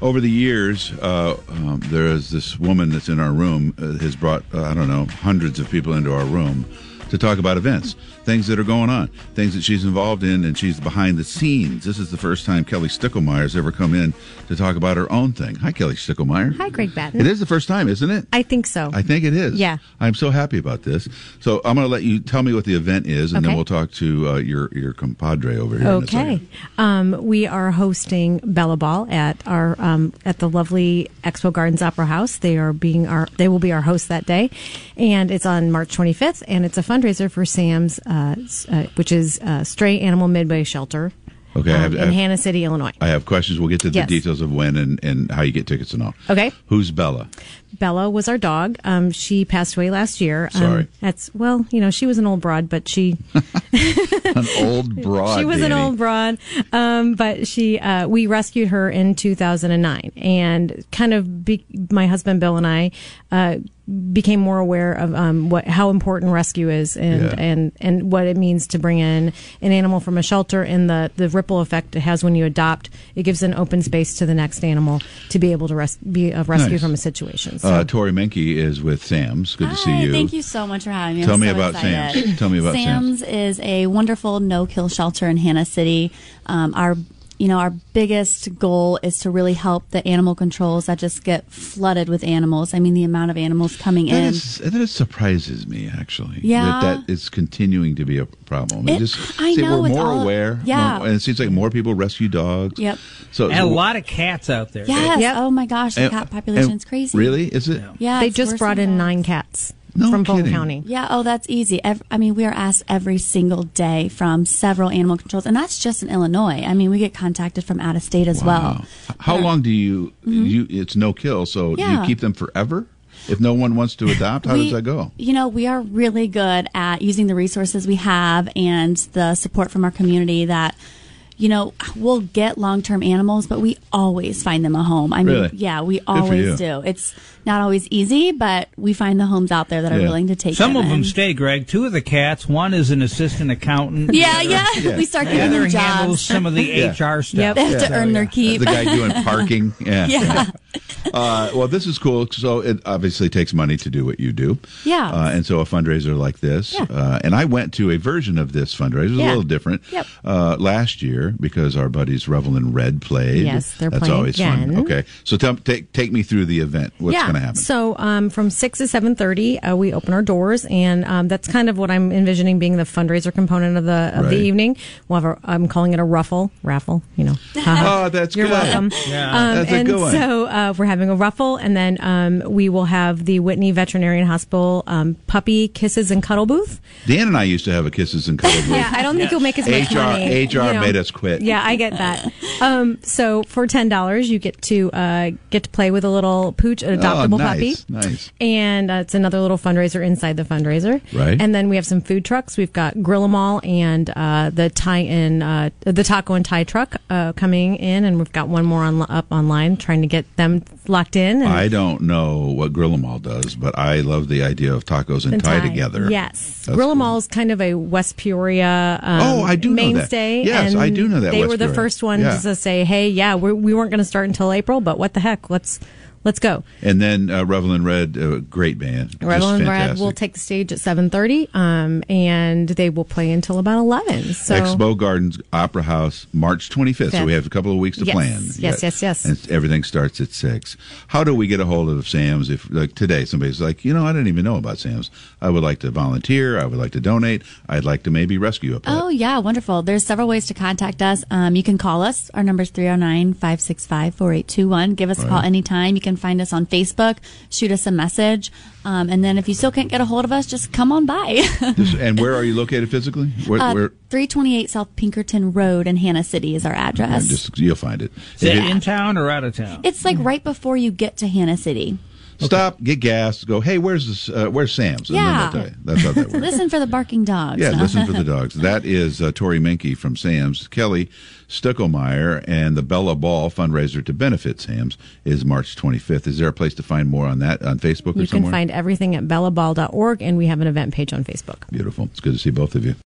over the years, uh, um, there is this woman that's in our room uh, has brought uh, I don't know hundreds of people into our room to talk about events, things that are going on, things that she's involved in, and she's behind the scenes. This is the first time Kelly Sticklemeyer's ever come in to talk about her own thing. Hi, Kelly Sticklemeyer. Hi, Greg Batten. It is the first time, isn't it? I think so. I think it is. Yeah. I'm so happy about this. So I'm going to let you tell me what the event is, and then Okay. we'll talk to uh, your your compadre over here. In a Okay, second. um, we are hosting Bella Ball at our um, at the lovely Expo Gardens Opera House. They are being our they will be our host that day, and it's on March 25th, and it's a fundraiser for Sam's, uh, s- uh, which is uh, Stray Animal Midway Shelter. Okay, I um, have- I in have- Hannah City, Illinois. I have questions. We'll get to the Yes. details of when and, and how you get tickets and all. Okay. Who's Bella? Bella was our dog. Um, she passed away last year. Um, Sorry. That's well, you know, she was an old broad, but she An old broad. she was an Danny. old broad, um, but she uh, we rescued her in 2009, and kind of be, my husband Bill and I uh, became more aware of um, what how important rescue is and Yeah. and and what it means to bring in an animal from a shelter and the the ripple effect it has when you adopt. It gives an open space to the next animal to be able to res- be a rescue Nice. from a situation. So. Uh, Tori Menke is with Sam's. Good to see Hi, you. Thank you so much for having me. Tell I'm me so about excited. Sam's. Tell me about Sam's. Sam's. is a wonderful no-kill shelter in Hannah City. Um, our you know, our biggest goal is to really help the animal controls that just get flooded with animals. I mean, the amount of animals coming That, in. is, that is surprises me, actually. Yeah. That, that is continuing to be a problem. It It- just, I see, know, We're with more all- aware. Yeah. more- and it seems like more people rescue dogs. Yep. So, And a so- lot of cats out there. Yes. Yep. Oh my gosh, the and- cat population and- is crazy. Really? Is it? Yeah. they it's just worse brought than in dogs. nine cats Uh, No from Fulton kidding. County. Yeah, oh, that's easy. Ev I mean, we are asked every single day from several animal controls, and that's just in Illinois. I mean, we get contacted from out of state as Wow. well. uh, mm-hmm. How long do you, you, it's no kill, so do you Yeah. keep them forever? If no one wants to adopt, how we- does that go? You know, we are really good at using the resources we have and the support from our community that, you know, we'll get long term animals, but we always find them a home. I mean, Really? yeah, we Good for you. always do. It's not always easy, but we find the homes out there that are Yeah. willing to take Some of them in. stay, Greg. Two of the cats. One is an assistant accountant. Yeah, yeah. Yeah. We start The getting other them handles Oh, jobs. some of the Yeah. HR stuff. Yep. They have to earn their keep. The guy doing parking. Yeah. Yeah. Uh, well, this is cool. So it obviously takes money to do what you do. Yeah. Uh, and so a fundraiser like this. Yeah. Uh, and I went to a version of this fundraiser. It was a Yeah. little different Yep. uh, last year because our buddies Revel and Red played. Yes, they're That's playing always fun. again. Okay. So tell, take, take me through the event. What's yeah. going to happen? So um, from six to seven thirty, uh, we open our doors, and um, that's kind of what I'm envisioning being the fundraiser component of the of Right. the evening. We'll have a, I'm calling it a ruffle raffle, you know. Uh-huh. oh, that's You're good. welcome. Um, That's a and good one. so uh, we're having a ruffle, and then um, we will have the Whitney Veterinarian Hospital um, puppy kisses and cuddle booth. Dan and I used to have a kisses and cuddle booth. Yeah, I don't think you'll make as much HR money. HR you know. made us quit. Yeah, I get that. Um, so for ten dollars, you get to uh, get to play with a little pooch, an adoptable oh, puppy. nice, Nice. and uh, it's another little fundraiser inside the fundraiser. Right. And then we have some food trucks. We've got Grill 'Em All and uh, the Thai and uh, the taco and Thai truck uh, coming in, and we've got one more on, up online trying to get them locked in. And I don't know what Grillamal does, but I love the idea of tacos and, and tie, together. Yes, That's Grill 'Em cool. All is kind of a West Peoria. Um, Oh, I do know that. mainstay. Yes, and I do know that They West were the Peoria. first ones Yeah. to say, "Hey, yeah, we're, we weren't going to start until April, but what the heck? Let's let's go." And then uh, Revel and Red, uh, great band. Rebel Just and Brad will fantastic. take the stage at 7.30, um, and they will play until about 11. So Expo Gardens Opera House, March 25th. So Fifth. we have a couple of weeks to Yes, plan. yes, yes, yes. And everything starts at 6. How do we get a hold of Sam's if, like today, somebody's like, you know, I didn't even know about Sam's. I would like to volunteer. I would like to donate. I'd like to maybe rescue a pet. Oh, yeah, wonderful. There's several ways to contact us. Um, you can call us. Our oh number is 309 565 4821. Give us a call anytime. You can find us on Facebook, shoot us a message. Um, and then if you still can't get a hold of us, just come on by. This- and where are you located physically? Where, Uh, where, 328 South Pinkerton Road in Hannah City is our address. just, you'll find it. Is it If it- in town or out of town? it's like right before you get to Hannah City. Stop, get gas, go, hey, where's this, uh, where's Sam's? And Yeah. then they'll tell you. That's how that works. Listen for the barking dogs. Yeah, No. listen for the dogs. That is uh, Tori Minke from Sam's. Kelly Stuckelmeyer and the Bella Ball fundraiser to benefit Sam's is March 25th. Is there a place to find more on that on Facebook or you can somewhere? find everything at bellaball.org, and we have an event page on Facebook. Beautiful. It's good to see both of you.